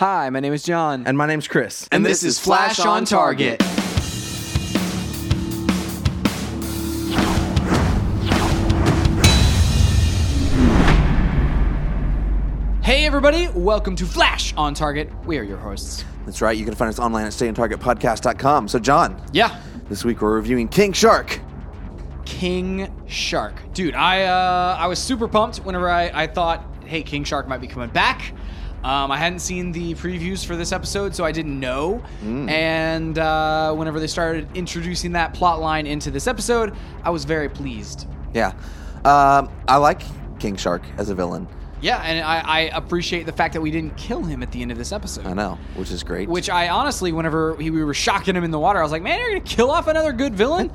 Hi, my name is John. And my name's Chris. And this is Flash on Target. Hey, everybody, welcome to Flash on Target. We are your hosts. That's right. You can find us online at stayontargetpodcast.com. So, John, Yeah, this week we're reviewing King Shark. King Shark. Dude, I uh, I was super pumped whenever I, I thought, hey, King Shark might be coming back. Um, I hadn't seen the previews for this episode, so I didn't know. Mm. And uh, whenever they started introducing that plot line into this episode, I was very pleased. Yeah. Um, I like King Shark as a villain. Yeah, and I, I appreciate the fact that we didn't kill him at the end of this episode. I know, which is great. Which I honestly, whenever he, we were shocking him in the water, I was like, man, you're going to kill off another good villain?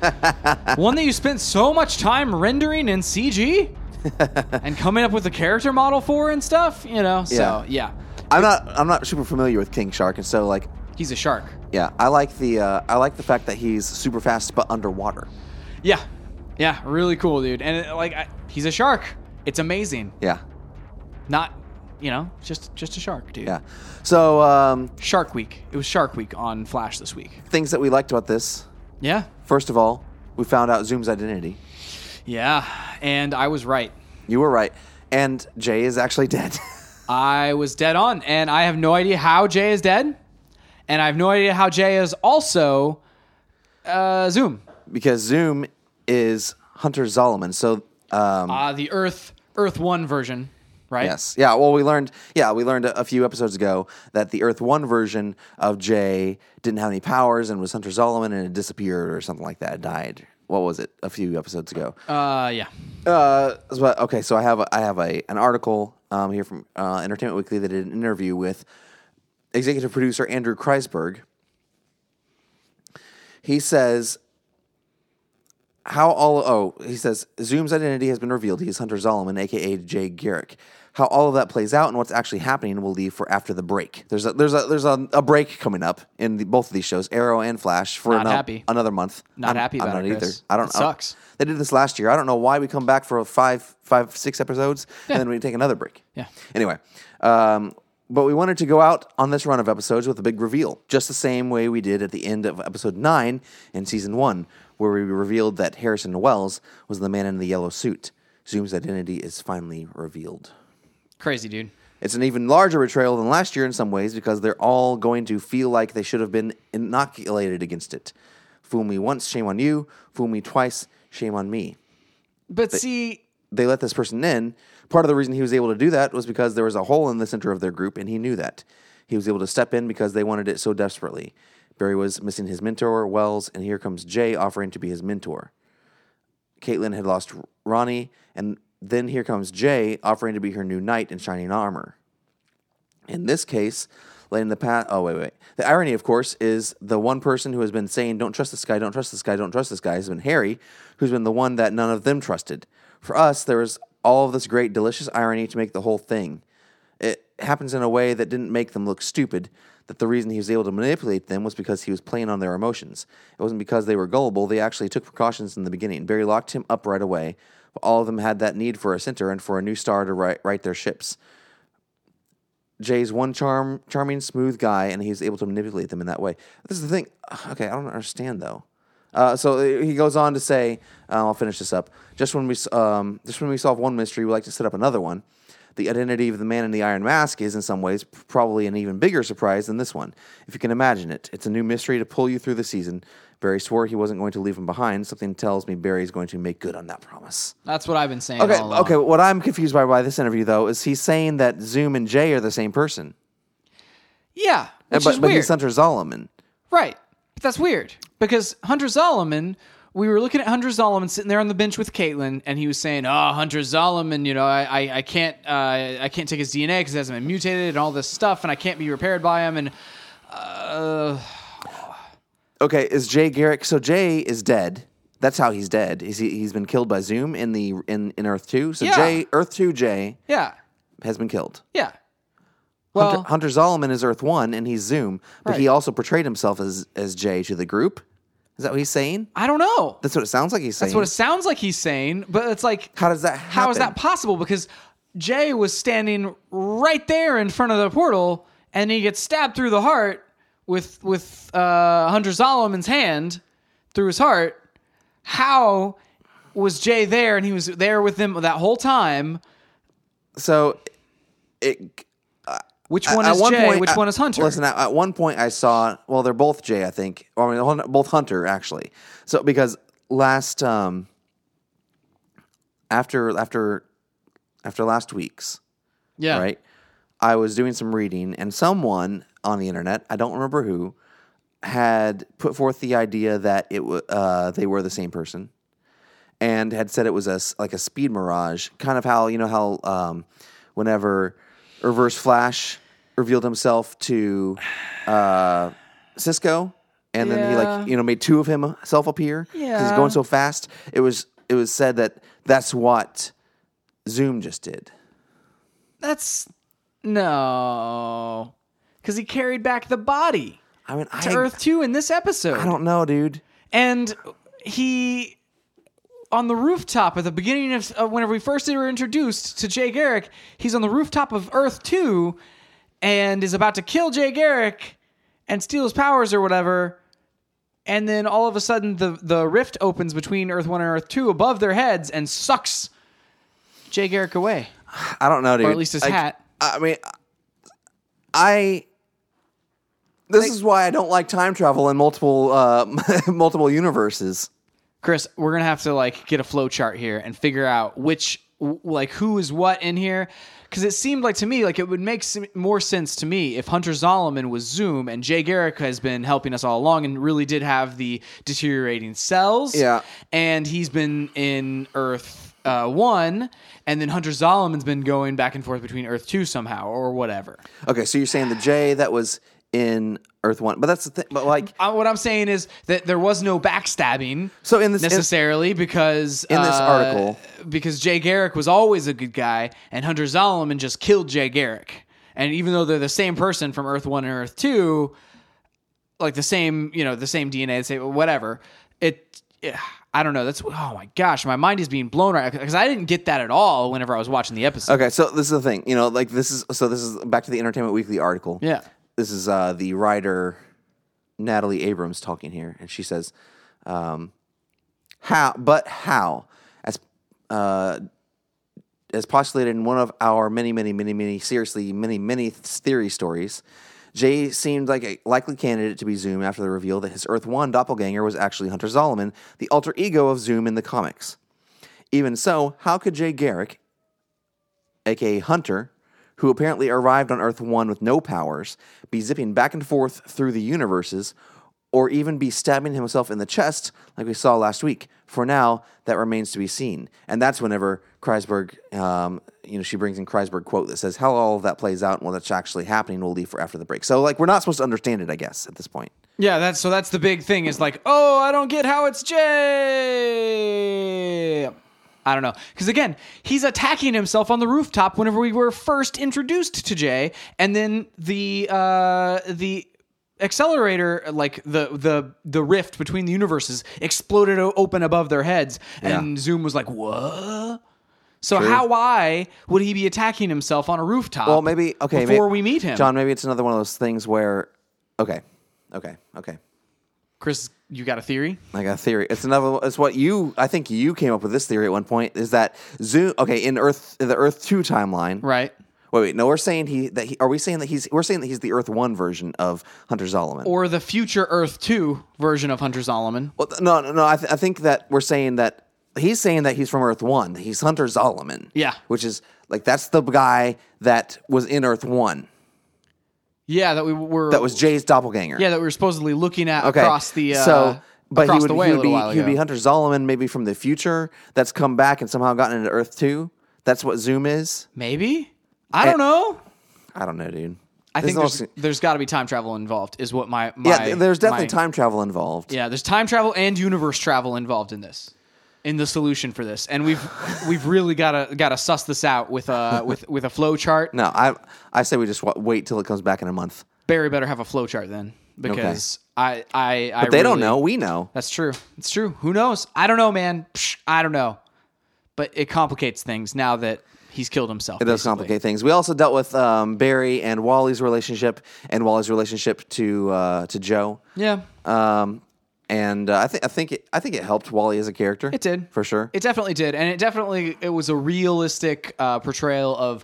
One that you spent so much time rendering in CG and coming up with a character model for and stuff, you know? So, yeah. I'm not I'm not super familiar with King Shark and so like He's a shark. yeah, I like the uh, I like the fact that he's super fast but underwater. Yeah. Yeah. Really cool, dude. And uh, like, I, he's a shark. It's amazing. Yeah. Not, you know, just just a shark, dude. Yeah. So, um, Shark Week. It was Shark Week on Flash this week. things that we liked about this. Yeah. First of all, we found out Zoom's identity. Yeah. And I was right. You were right. And Jay is actually dead. I was dead on, and I have no idea how Jay is dead, and I have no idea how Jay is also uh, Zoom, because Zoom is Hunter Zolomon. So um, uh, the Earth Earth One version, right? yes, yeah. Well, we learned, yeah, we learned a, a few episodes ago that the Earth One version of Jay didn't have any powers and was Hunter Zolomon and it disappeared or something like that. It died. What was it? A few episodes ago. Uh, yeah. Uh, but okay, so I have a, I have a an article um, here from uh, Entertainment Weekly that did an interview with executive producer Andrew Kreisberg. He says how all oh he says Zoom's identity has been revealed. He is Hunter Zolomon, aka Jay Garrick. How all of that plays out and what's actually happening will leave for after the break. There's a there's a there's a, a break coming up in the, both of these shows, Arrow and Flash, for Not ano- happy. another month. Not happy about it, Chris. I don't It know. sucks. They did this last year. I don't know why we come back for five, five, six episodes, Yeah. and then we take another break. Yeah. Anyway, um, but we wanted to go out on this run of episodes with a big reveal, just the same way we did at the end of episode nine in season one, where we revealed that Harrison Wells was the man in the yellow suit. Zoom's identity is finally revealed. Crazy dude. It's an even larger betrayal than last year in some ways because they're all going to feel like they should have been inoculated against it. Fool me once, shame on you. Fool me twice, shame on me. But see, They let this person in. Part of the reason he was able to do that was because there was a hole in the center of their group and he knew that. He was able to step in because they wanted it so desperately. Barry was missing his mentor, Wells, and here comes Jay offering to be his mentor. Caitlin had lost Ronnie, and then here comes Jay offering to be her new knight in shining armor. In this case, laying the path. Oh wait, wait. The irony, of course, is the one person who has been saying "Don't trust this guy, don't trust this guy, don't trust this guy" has been Harry, who's been the one that none of them trusted. For us, there was all of this great, delicious irony to make the whole thing. It happens in a way that didn't make them look stupid. That the reason he was able to manipulate them was because he was playing on their emotions. It wasn't because they were gullible. They actually took precautions in the beginning. Barry locked him up right away. But all of them had that need for a center and for a new star to right, right their ships. Jay's one charm, charming, smooth guy, and he's able to manipulate them in that way. This is the thing. Okay, I don't understand though. Uh, so uh, he goes on to say, uh, "I'll finish this up. Just when we, s- um, just when we solve one mystery, we like to set up another one. The identity of the man in the iron mask is, in some ways, p- probably an even bigger surprise than this one, if you can imagine it. It's a new mystery to pull you through the season. Barry swore he wasn't going to leave him behind. Something tells me Barry's going to make good on that promise." that's what I've been saying. Okay, all along. okay. What I'm confused by by this interview though is he's saying that Zoom and Jay are the same person. Yeah, Uh, which but, is but weird. he's Hunter Zolomon. Right. But that's weird because Hunter Zolomon, we were looking at Hunter Zolomon sitting there on the bench with Caitlin, and he was saying, "Oh, Hunter Zolomon, you know, I, I, I can't, uh, I can't take his DNA because it hasn't been mutated and all this stuff, and I can't be repaired by him." And uh, Okay, is Jay Garrick? So Jay is dead. That's how he's dead. Is he? He's been killed by Zoom in the in, in Earth Two. So Yeah. Jay Earth Two Jay yeah, has been killed. yeah. Well, Hunter, Hunter Zolomon is Earth One, and he's Zoom. But he Right. also portrayed himself as as Jay to the group. Is that what he's saying? I don't know. That's what it sounds like he's saying. That's what it sounds like he's saying, but it's like, how does that? how is happen? that possible? Because Jay was standing right there in front of the portal, and he gets stabbed through the heart with with uh, Hunter Solomon's hand through his heart. How was Jay there? And he was there with them that whole time. So it Which one at is one Jay? point, uh, which I- one is Hunter? Listen, at, at one point I saw. Well, they're both Jay, I think. Or, I mean, hun- both Hunter actually. So because last um, after after after last week's yeah, right, I was doing some reading and someone on the internet, I don't remember who, had put forth the idea that it wa uh, they were the same person. And had said it was a s- like a speed mirage, kind of how you know how um, whenever Reverse Flash revealed himself to uh, Cisco, and then he Yeah. like you know made two of himself appear because he's Yeah. going so fast. It was it was said that that's what Zoom just did. That's no, because he carried back the body I mean, to I, Earth Two in this episode. I don't know, dude. and he on the rooftop at the beginning of uh, whenever we first were introduced to Jay Garrick, he's on the rooftop of Earth Two, and is about to kill Jay Garrick and steal his powers or whatever. And then all of a sudden, the the rift opens between Earth One and Earth Two above their heads and sucks Jay Garrick away, I don't know, dude. or at least his Like, hat. I mean, I. This is why I don't like time travel in multiple uh, multiple universes. Chris, we're gonna have to like get a flow chart here and figure out which w- like who is what in here because it seemed like to me like it would make some, more sense to me if Hunter Zolomon was Zoom and Jay Garrick has been helping us all along and really did have the deteriorating cells. Yeah. and he's been in Earth. Uh, one, and then Hunter Solomon's been going back and forth between Earth two somehow or whatever. Okay, so you're saying the J that was in Earth One, but that's the thing. But like, Uh, what I'm saying is that there was no backstabbing. so in this, in- necessarily because In this uh, article. because Jay Garrick was always a good guy and Hunter Zolomon just killed Jay Garrick. And even though they're the same person from Earth 1 and Earth 2, like the same, you know, the same DNA, the same whatever. It yeah, I don't know. That's oh my gosh, my mind is being blown right because I didn't get that at all whenever I was watching the episode. okay, so this is the thing. You know, like this is so this is back to the Entertainment Weekly article. Yeah. this is uh, the writer Natalie Abrams talking here, and she says, um, "How? But how? As uh, as postulated in one of our many, many, many, many, seriously, many, many theory stories." Jay seemed like a likely candidate to be Zoom after the reveal that his Earth One doppelganger was actually Hunter Zolomon, the alter ego of Zoom in the comics. Even so, how could Jay Garrick, aka Hunter, who apparently arrived on Earth 1 with no powers, be zipping back and forth through the universes, or even be stabbing himself in the chest like we saw last week. For now, that remains to be seen. And that's whenever Kreisberg, um, you know, she brings in Kreisberg quote that says, how all of that plays out and what's actually happening, we'll leave for after the break. So, like, we're not supposed to understand it, I guess, at this point. Yeah, that's so that's the big thing is like, oh, I don't get how it's Jay. I don't know. Because again, he's attacking himself on the rooftop whenever we were first introduced to Jay, and then the uh the accelerator like the the the rift between the universes exploded o- open above their heads and zoom was like what so how why would he be attacking himself on a rooftop Well, maybe, okay. may- before we meet him John, maybe it's another one of those things where, okay, okay, okay. chris you got a theory like a theory. It's another. It's what you. I think you came up with this theory at one point. Is that Zoom? Okay, in Earth, in the Earth Two timeline. right Wait, wait. No, we're saying he. That he. Are we saying that he's? We're saying that he's the Earth One version of Hunter Zolomon. or the future Earth 2 version of Hunter Zolomon. well, th- no, no, no. I, th- I think that we're saying that he's saying that he's from Earth One. He's Hunter Zolomon. Yeah. Which is like that's the guy that was in Earth One. Yeah, that we were That was Jay's doppelganger. yeah that we were supposedly looking at Okay. across the uh, so, but he across would, the way he a would little be while he would be ago. Hunter Zolomon, maybe from the future, that's come back and somehow gotten into Earth Two. That's what Zoom is. Maybe I don't know. I don't know, dude. I This think is there's, all- there's got to be time travel involved. Is what my, my yeah, th- there's definitely my- time travel involved. Yeah, there's time travel and universe travel involved in this. In the solution for this, and we've we've really gotta gotta suss this out with a with with a flow chart. No, I I say we just wa- wait till it comes back in a month. Barry better have a flow chart then, because I I, I They don't really- know. We know. That's true. It's true. Who knows? I don't know, man. Psh, I don't know. But it complicates things now that he's killed himself. It does basically. complicate things. We also dealt with um, Barry and Wally's relationship, and Wally's relationship to uh, to Joe. Yeah, Um, and uh, I think I think it, I think it helped Wally as a character. it did for sure. It definitely did, and it definitely it was a realistic uh, portrayal of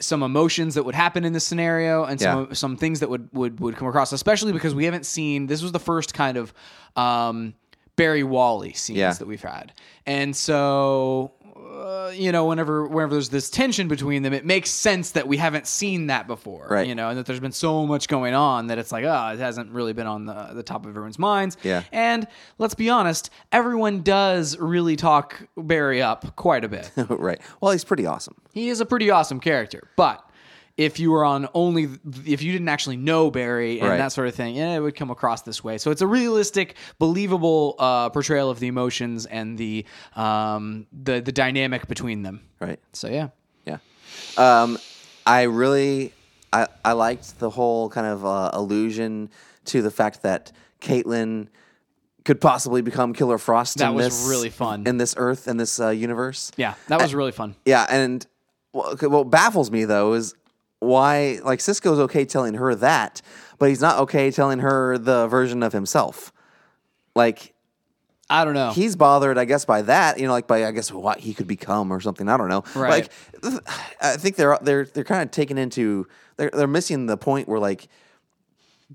some emotions that would happen in this scenario and some Yeah. some things that would would would come across, especially because we haven't seen this was the first kind of um, Barry Wally scenes Yeah. that we've had, and so. Uh, you know, whenever whenever there's this tension between them, it makes sense that we haven't seen that before. Right. You know, and that there's been so much going on that it's like, oh, it hasn't really been on the, the top of everyone's minds. Yeah. And let's be honest, everyone does really talk Barry up quite a bit. right. Wally's pretty awesome. he is a pretty awesome character, but if you were on only if you didn't actually know Barry and Right. that sort of thing, yeah, it would come across this way. So it's a realistic, believable uh, portrayal of the emotions and the um, the the dynamic between them. Right. So yeah, Yeah. Um, I really, I, I liked the whole kind of uh, allusion to the fact that Caitlyn could possibly become Killer Frost. That in was this- really fun. in this Earth, in this uh, universe. yeah, that was really fun. Yeah, and well, okay, what baffles me though is why like Cisco's okay telling her that, but he's not okay telling her the version of himself. Like I don't know. he's bothered, I guess, by that. You know, like by I guess what he could become or something. I don't know. Right. Like th- I think they're they're they're kind of taken into they're they're missing the point where like.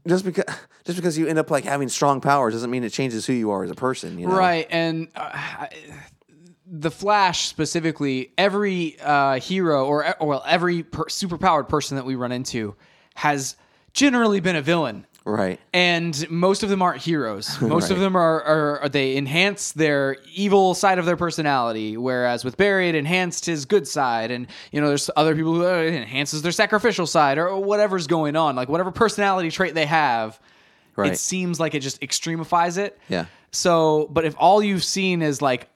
Just because just because you end up like having strong powers doesn't mean it changes who you are as a person, you know? Right, and uh, I- the Flash specifically, every uh, hero or, or well, every per- superpowered person that we run into has generally been a villain. Right. And most of them aren't heroes. Most of Right. them are, are, are they enhance their evil side of their personality, whereas with Barry it enhanced his good side, and you know there's other people who uh, it enhances their sacrificial side or whatever's going on, like whatever personality trait they have. Right. It seems like it just extremifies it. Yeah. So, but if all you've seen is like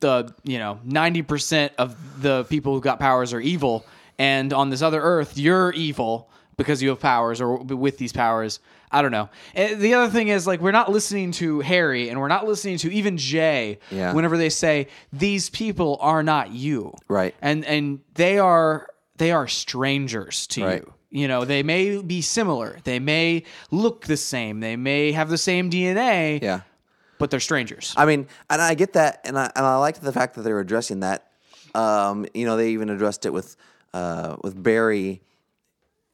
the, you know, 90% of the people who got powers are evil, and on this other earth, you're evil because you have powers or with these powers. I don't know. And the other thing is, like, we're not listening to Harry and we're not listening to even Jay Yeah. whenever they say, these people are not you. Right. And, and they are, they are strangers to Right. you. You know, they may be similar. They may look the same. They may have the same DNA Yeah. but they're strangers. I mean, and I get that, and I and I liked the fact that they were addressing that. Um, you know, they even addressed it with uh, with Barry.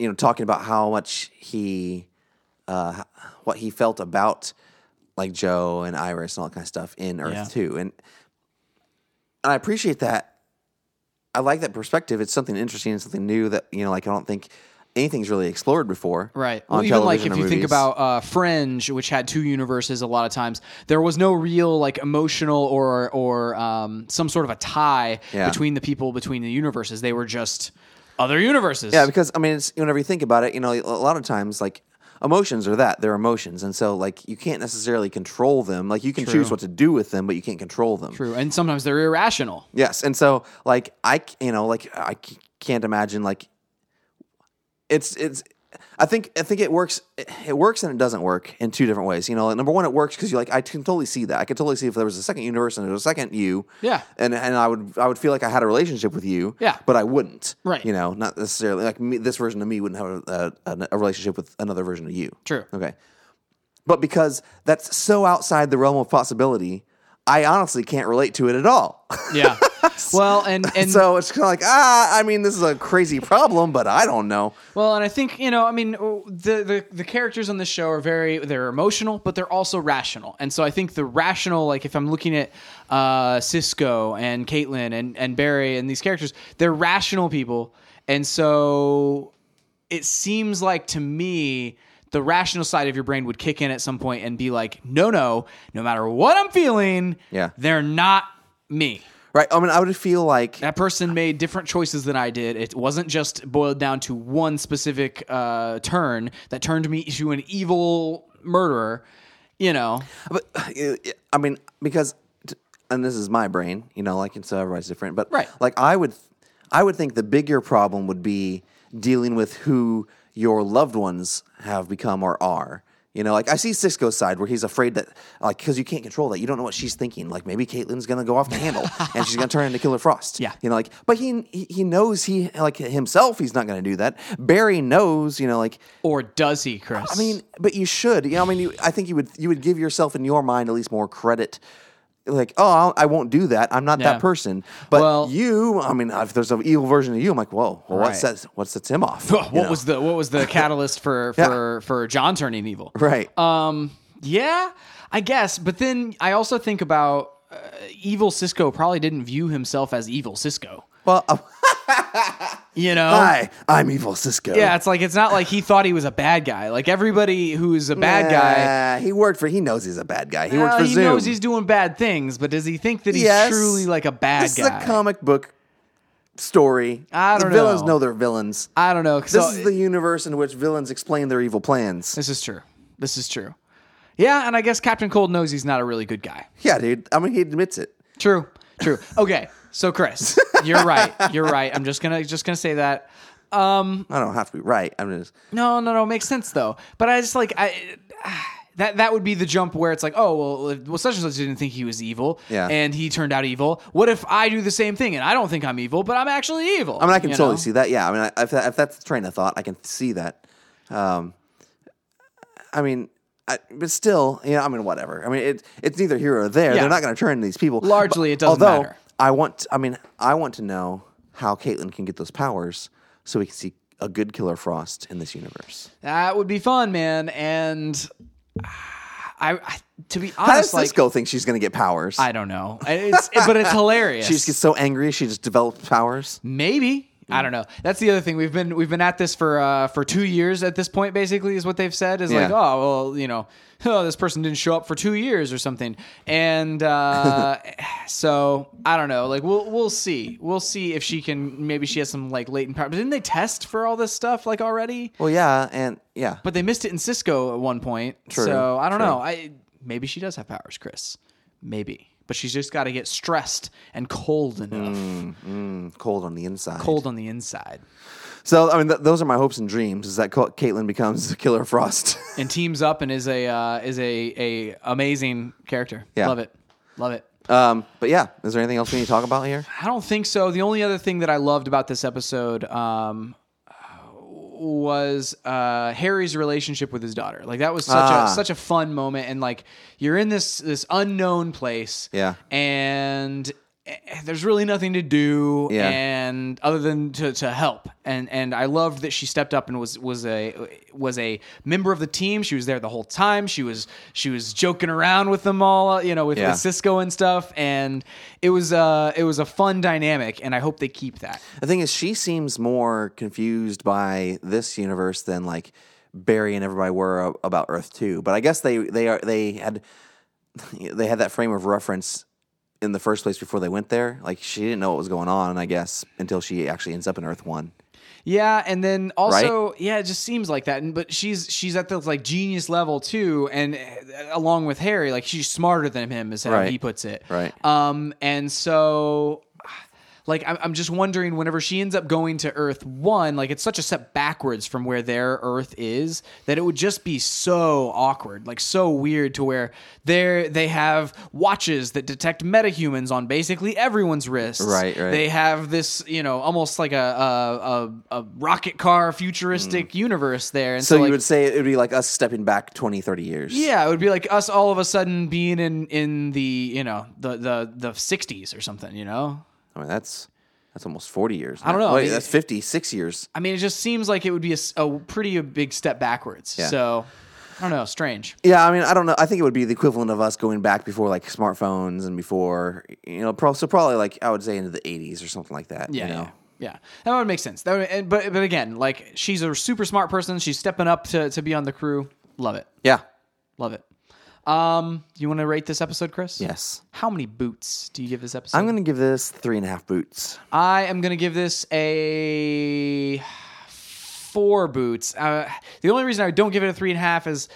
You know, talking about how much he, uh, what he felt about like Joe and Iris and all that kind of stuff in Earth Yeah. Two, and and I appreciate that. I like that perspective. It's something interesting and something new that you know, like I don't think anything's really explored before, Right. On Well, even like television if or you think movies. about uh, Fringe, which had two universes, a lot of times there was no real like emotional or or um, some sort of a tie Yeah. between the people between the universes. They were just other universes. Yeah, because I mean, it's, whenever you think about it, you know, a lot of times like emotions are that they're emotions, and so like you can't necessarily control them. Like you can choose what to do with them, but you can't control them. True. And sometimes they're irrational. Yes, and so like I, c- you know, like I c- can't imagine like it's it's. I think I think it works. It it works and it doesn't work in two different ways. You know, like, number one, it works because you're like I can totally see that. I could totally see if there was a second universe and there was a second you. Yeah. and and I would I would feel like I had a relationship with you. Yeah. but I wouldn't. Right. You know, not necessarily like me, this version of me wouldn't have a, a, a relationship with another version of you. True. Okay, but because that's so outside the realm of possibility, I honestly can't relate to it at all. Yeah. well, and and so it's kind of like ah, I mean, this is a crazy problem, but I don't know. Well, and I think you know, I mean, oh, the, the the characters on this show are very they're emotional, but they're also rational, and so I think the rational, like if I'm looking at uh, Cisco and Caitlin and and Barry and these characters, they're rational people, and so it seems like to me the rational side of your brain would kick in at some point and be like, no, no, no matter what I'm feeling, Yeah. they're not me Right? I mean, I would feel like that person made different choices than I did. It wasn't just boiled down to one specific uh, turn that turned me to an evil murderer. You know, But I mean, because and this is my brain, you know, like and so everybody's different. But Right. like I would, I would think the bigger problem would be dealing with who your loved ones have become or are. You know, like I see Cisco's side where he's afraid that, like, because you can't control that. You don't know what she's thinking. Like, maybe Caitlyn's gonna go off the handle and she's gonna turn into Killer Frost. Yeah. you know, like, but he he he knows he like himself he's not gonna do that. Barry knows, you know, like Or does he, Chris? I mean, but you should. You know, I mean, you, I think you would you would give yourself in your mind at least more credit. Like, oh, I'll, I won't do that. I'm not Yeah. that person. But Well- you, I mean, if there's an evil version of you, I'm like, whoa, well, what Right. sets what sets him off? what was the what was the catalyst for Yeah. for for John turning evil? right? Um, yeah, I guess. But then I also think about uh, evil Cisco probably didn't view himself as evil Cisco. well, um, uh, You know, hi, I'm evil Cisco. yeah. It's like it's not like he thought he was a bad guy. Like everybody who's a bad guy. Nah, He worked for. He knows he's a bad guy. He worked well, for he Zoom. knows he's doing bad things, but does he think that he's Yes. truly like a bad this guy? is a comic book story. I don't the Villains know. know they're villains. I don't know. This is the universe in which villains explain their evil plans. This is true. This is true. Yeah, and I guess Captain Cold knows he's not a really good guy. Yeah, dude. I mean, he admits it. True. True. Okay. So Chris, you're right. You're right. I'm just gonna just gonna say that. I don't have to be right. I'm just No, no, no. Makes sense though. But I just like I. That, that would be the jump where it's like, oh well, well, such and such didn't think he was evil, Yeah. and he turned out evil. What if I do the same thing and I don't think I'm evil, but I'm actually evil? I mean, I can you totally know? see that. Yeah, I mean, I, if, that, if that's the train of thought, I can see that. Um, I mean, I, but still, you know, I mean, whatever. I mean, it, it's neither here or there. Yeah. They're not going to turn these people. Largely, But- it doesn't although, matter. I want. I mean, I want to know how Caitlyn can get those powers, so we can see a good Killer Frost in this universe. That would be fun, man. And ah, I, I to be How does honest, like Cisco think she's going to get powers? I don't know. It's but it's hilarious. she just gets so angry, she just develops powers. Maybe. I don't know. That's the other thing. We've been we've been at this for uh, for two years at this point. Basically, is what they've said is like, Yeah. oh well, you know, oh, this person didn't show up for two years or something, and uh, so I don't know. Like we'll we'll see. We'll see if she can. Maybe she has some like latent power. But didn't they test for all this stuff like already? Well, yeah, and yeah. But they missed it in Cisco at one point. True, So I don't true. know. I maybe she does have powers, Chris. Maybe, but she's just got to get stressed and cold enough, Mm. cold on the inside. cold on the inside. So I mean, th- those are my hopes and dreams. Is that Ca- Caitlyn becomes Killer Frost? and teams up and is a uh, is a a amazing character. Yeah. Love it, love it. um, but yeah, is there anything else we need to talk about here? I don't think so. The only other thing that I loved about this episode um, was uh, Harry's relationship with his daughter. Like that was such Ah. a such a fun moment, and like you're in this this unknown place. Yeah. and. eh, There's really nothing to do, Yeah. and other than to, to help, and and I loved that she stepped up and was was a was a member of the team. She was there the whole time. She was she was joking around with them all, you know, with, Yeah. with Cisco and stuff, and it was uh it was a fun dynamic, and I hope they keep that. The thing is, she seems more confused by this universe than like Barry and everybody were a- about Earth Two. But I guess they they are they had they had that frame of reference in the first place before they went there. Like she didn't know what was going on, I guess, until she actually ends up in Earth One. Yeah, and then also, yeah, it just seems like that. And but she's she's at the like genius level too, and uh, along with Harry, like she's smarter than him, is how Right. he puts it. Right. Um, and so. Like I'm, I'm just wondering, whenever she ends up going to Earth One, like it's such a step backwards from where their Earth is that it would just be so awkward, like so weird, to where they they have watches that detect metahumans on basically everyone's wrists. Right, right. They have this, you know, almost like a a, a, a rocket car futuristic universe there. And Mm. So, so, you like, would say it would be like us stepping back 20, 30 years. yeah, it would be like us all of a sudden being in in the you know the the the sixties or something. You know, I mean, that's that's almost 40 years. don't know. I Wait, mean, that's 56 years. I mean, it just seems like it would be a, s- a pretty big step backwards. Yeah. So I don't know, strange. Yeah, I mean, I don't know. I think it would be the equivalent of us going back before like smartphones and before, you know, pro- so probably like I would say into the 80s or something like that. Yeah, you know? yeah, yeah. That would make sense. That would, and, but but again, like she's a super smart person. She's stepping up to to be on the crew. Love it, Yeah. love it. Um, you want to rate this episode, Chris? Yes. How many boots do you give this episode? I'm going to give this three and a half boots. I am going to give this a four boots. Uh, the only reason I don't give it a three and a half is,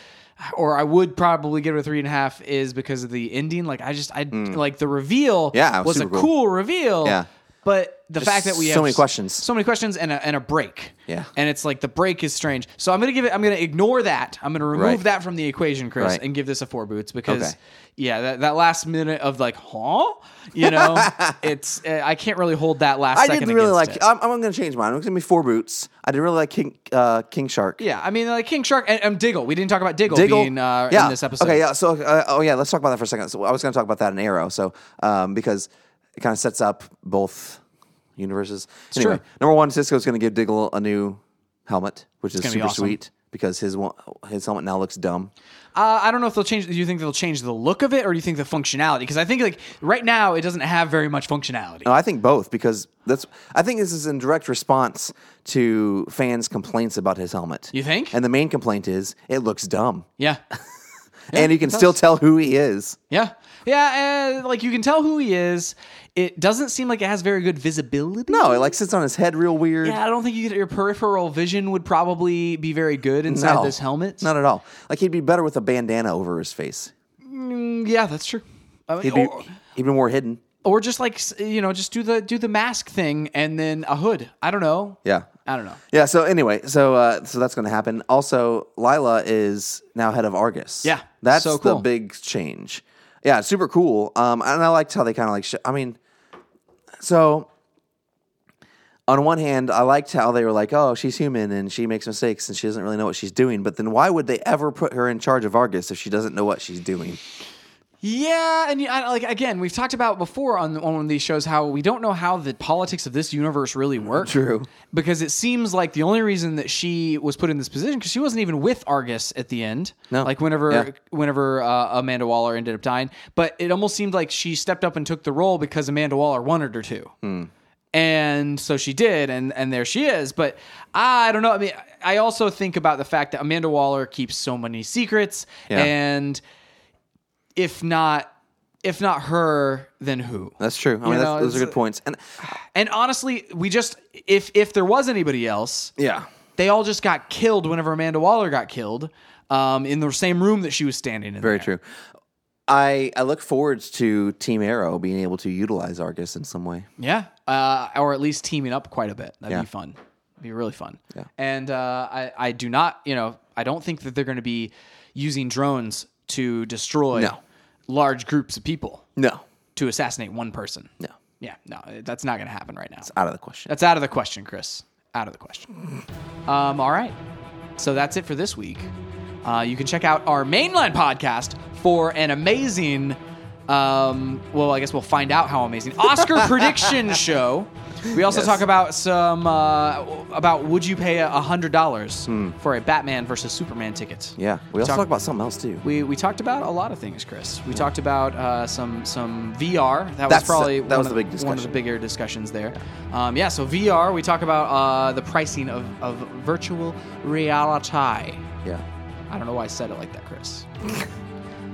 or I would probably give it a three and a half is because of the ending. Like I just, I like the reveal. Hmm. Yeah, it was was a super cool. cool, reveal. Yeah. But the Just fact that we so have many s- questions. so many questions, and a, and a break. Yeah. and it's like the break is strange. So I'm gonna give it. I'm gonna ignore that. I'm gonna remove Right. that from the equation, Chris, Right. and give this a four boots because. Okay. Yeah, that, that last minute of like, huh? You know, it's uh, I can't really hold that last. I second didn't really against like. uh, it. I'm, I'm going to change mine. It's going to be four boots. I did really like King uh, King Shark. Yeah, I mean, like King Shark and, and Diggle. We didn't talk about Diggle, Diggle. being uh, yeah. in this episode. Okay, yeah. So, uh, oh yeah, let's talk about that for a second. So, I was going to talk about that in Arrow, so um, because it kind of sets up both universes. anyway, true. number one, Cisco's going to give Diggle a new helmet, which is gonna be super awesome. sweet because his one, his helmet now looks dumb. Uh, I don't know if they'll change. Do you think they'll change the look of it, or do you think the functionality? Because I think like right now it doesn't have very much functionality. No, I think both because that's. I think this is in direct response to fans' complaints about his helmet. You think? And the main complaint is it looks dumb, yeah, and you can it still tell who he is. yeah, yeah. Uh, like you can tell who he is. It doesn't seem like it has very good visibility. No, it like sits on his head real weird. Yeah, I don't think you could, your peripheral vision would probably be very good inside No. this helmet. Not at all. Like he'd be better with a bandana over his face. Mm, yeah, that's true. I mean, He'd be or, he'd be more hidden. or just like s- you know, just do the do the mask thing and then a hood. I don't know. Yeah. I don't know. Yeah. So anyway, so uh, so that's going to happen. Also, Lila is now head of Argus. Yeah. that's So the cool. big change. Yeah, it's super cool. Um, and I liked how they kind of like. Sh- I mean, so on one hand, I liked how they were like, "Oh, she's human and she makes mistakes and she doesn't really know what she's doing." But then, why would they ever put her in charge of Argus if she doesn't know what she's doing? Yeah, and you- I, like again, we've talked about before on on one of these shows how we don't know how the politics of this universe really work. True. because it seems like the only reason that she was put in this position because she wasn't even with Argus at the end. No. like whenever Yeah. whenever uh, Amanda Waller ended up dying, but it almost seemed like she stepped up and took the role because Amanda Waller wanted her to. Hmm. And so she did, and, and there she is. But I don't know. I mean, I also think about the fact that Amanda Waller keeps so many secrets, Yeah. and if not if not her then who That's true. I mean, You that's, know, those are it's- good points. And and honestly we just if if there was anybody else yeah, they all just got killed whenever amanda waller got killed um, in the same room that she was standing in Very there. true. I I look forward to Team Arrow being able to utilize Argus in some way. yeah uh, or at least teaming up quite a bit that'd Yeah. be fun It'd be really fun yeah. and uh, I, I do not you know i don't think that they're going to be using drones to destroy No. large groups of people No, to assassinate one person no, yeah no that's not going to happen right now out of the question. That's out of the question, Chris. Out of the question. Um, all right. So that's it for this week. Uh, you can check out our mainline podcast for an amazing, um, well, I guess we'll find out how amazing Oscar prediction show. We also Yes. talk about some uh, about would you pay a hundred dollars for a Batman versus Superman ticket? Yeah, we also talk about something else too. We, we talked about a lot of things, Chris. We talked about uh, some some VR. That That's was probably the- that one, was of, the big one of the discussion. bigger discussions there. Yeah. Um, yeah. So VR. We talk about uh, the pricing of, of virtual reality. I yeah, don't know why I said it like that, Chris.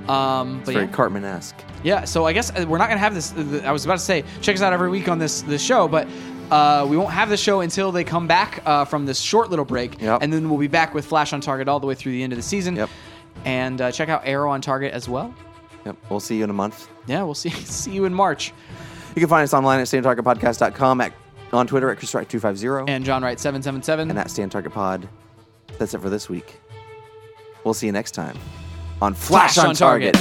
um, but very yeah. Cartman-esque. Yeah, so I guess uh, we're not gonna have this. th- I was about to say, check us out every week on this this show, but uh, we won't have the show until they come back uh, from this short little break, Yep. and then we'll be back with Flash on Target all the way through the end of the season. Yep. And uh, check out Arrow on Target as well. Yep. We'll see you in a month. Yeah, we'll see see you in March. You can find us online at standtargetpodcast.com, at on Twitter at chrisstrike250, and, And John Wright seven seven seven. at standtargetpod. That's it for this week. We'll see you next time on Flash, on, Target.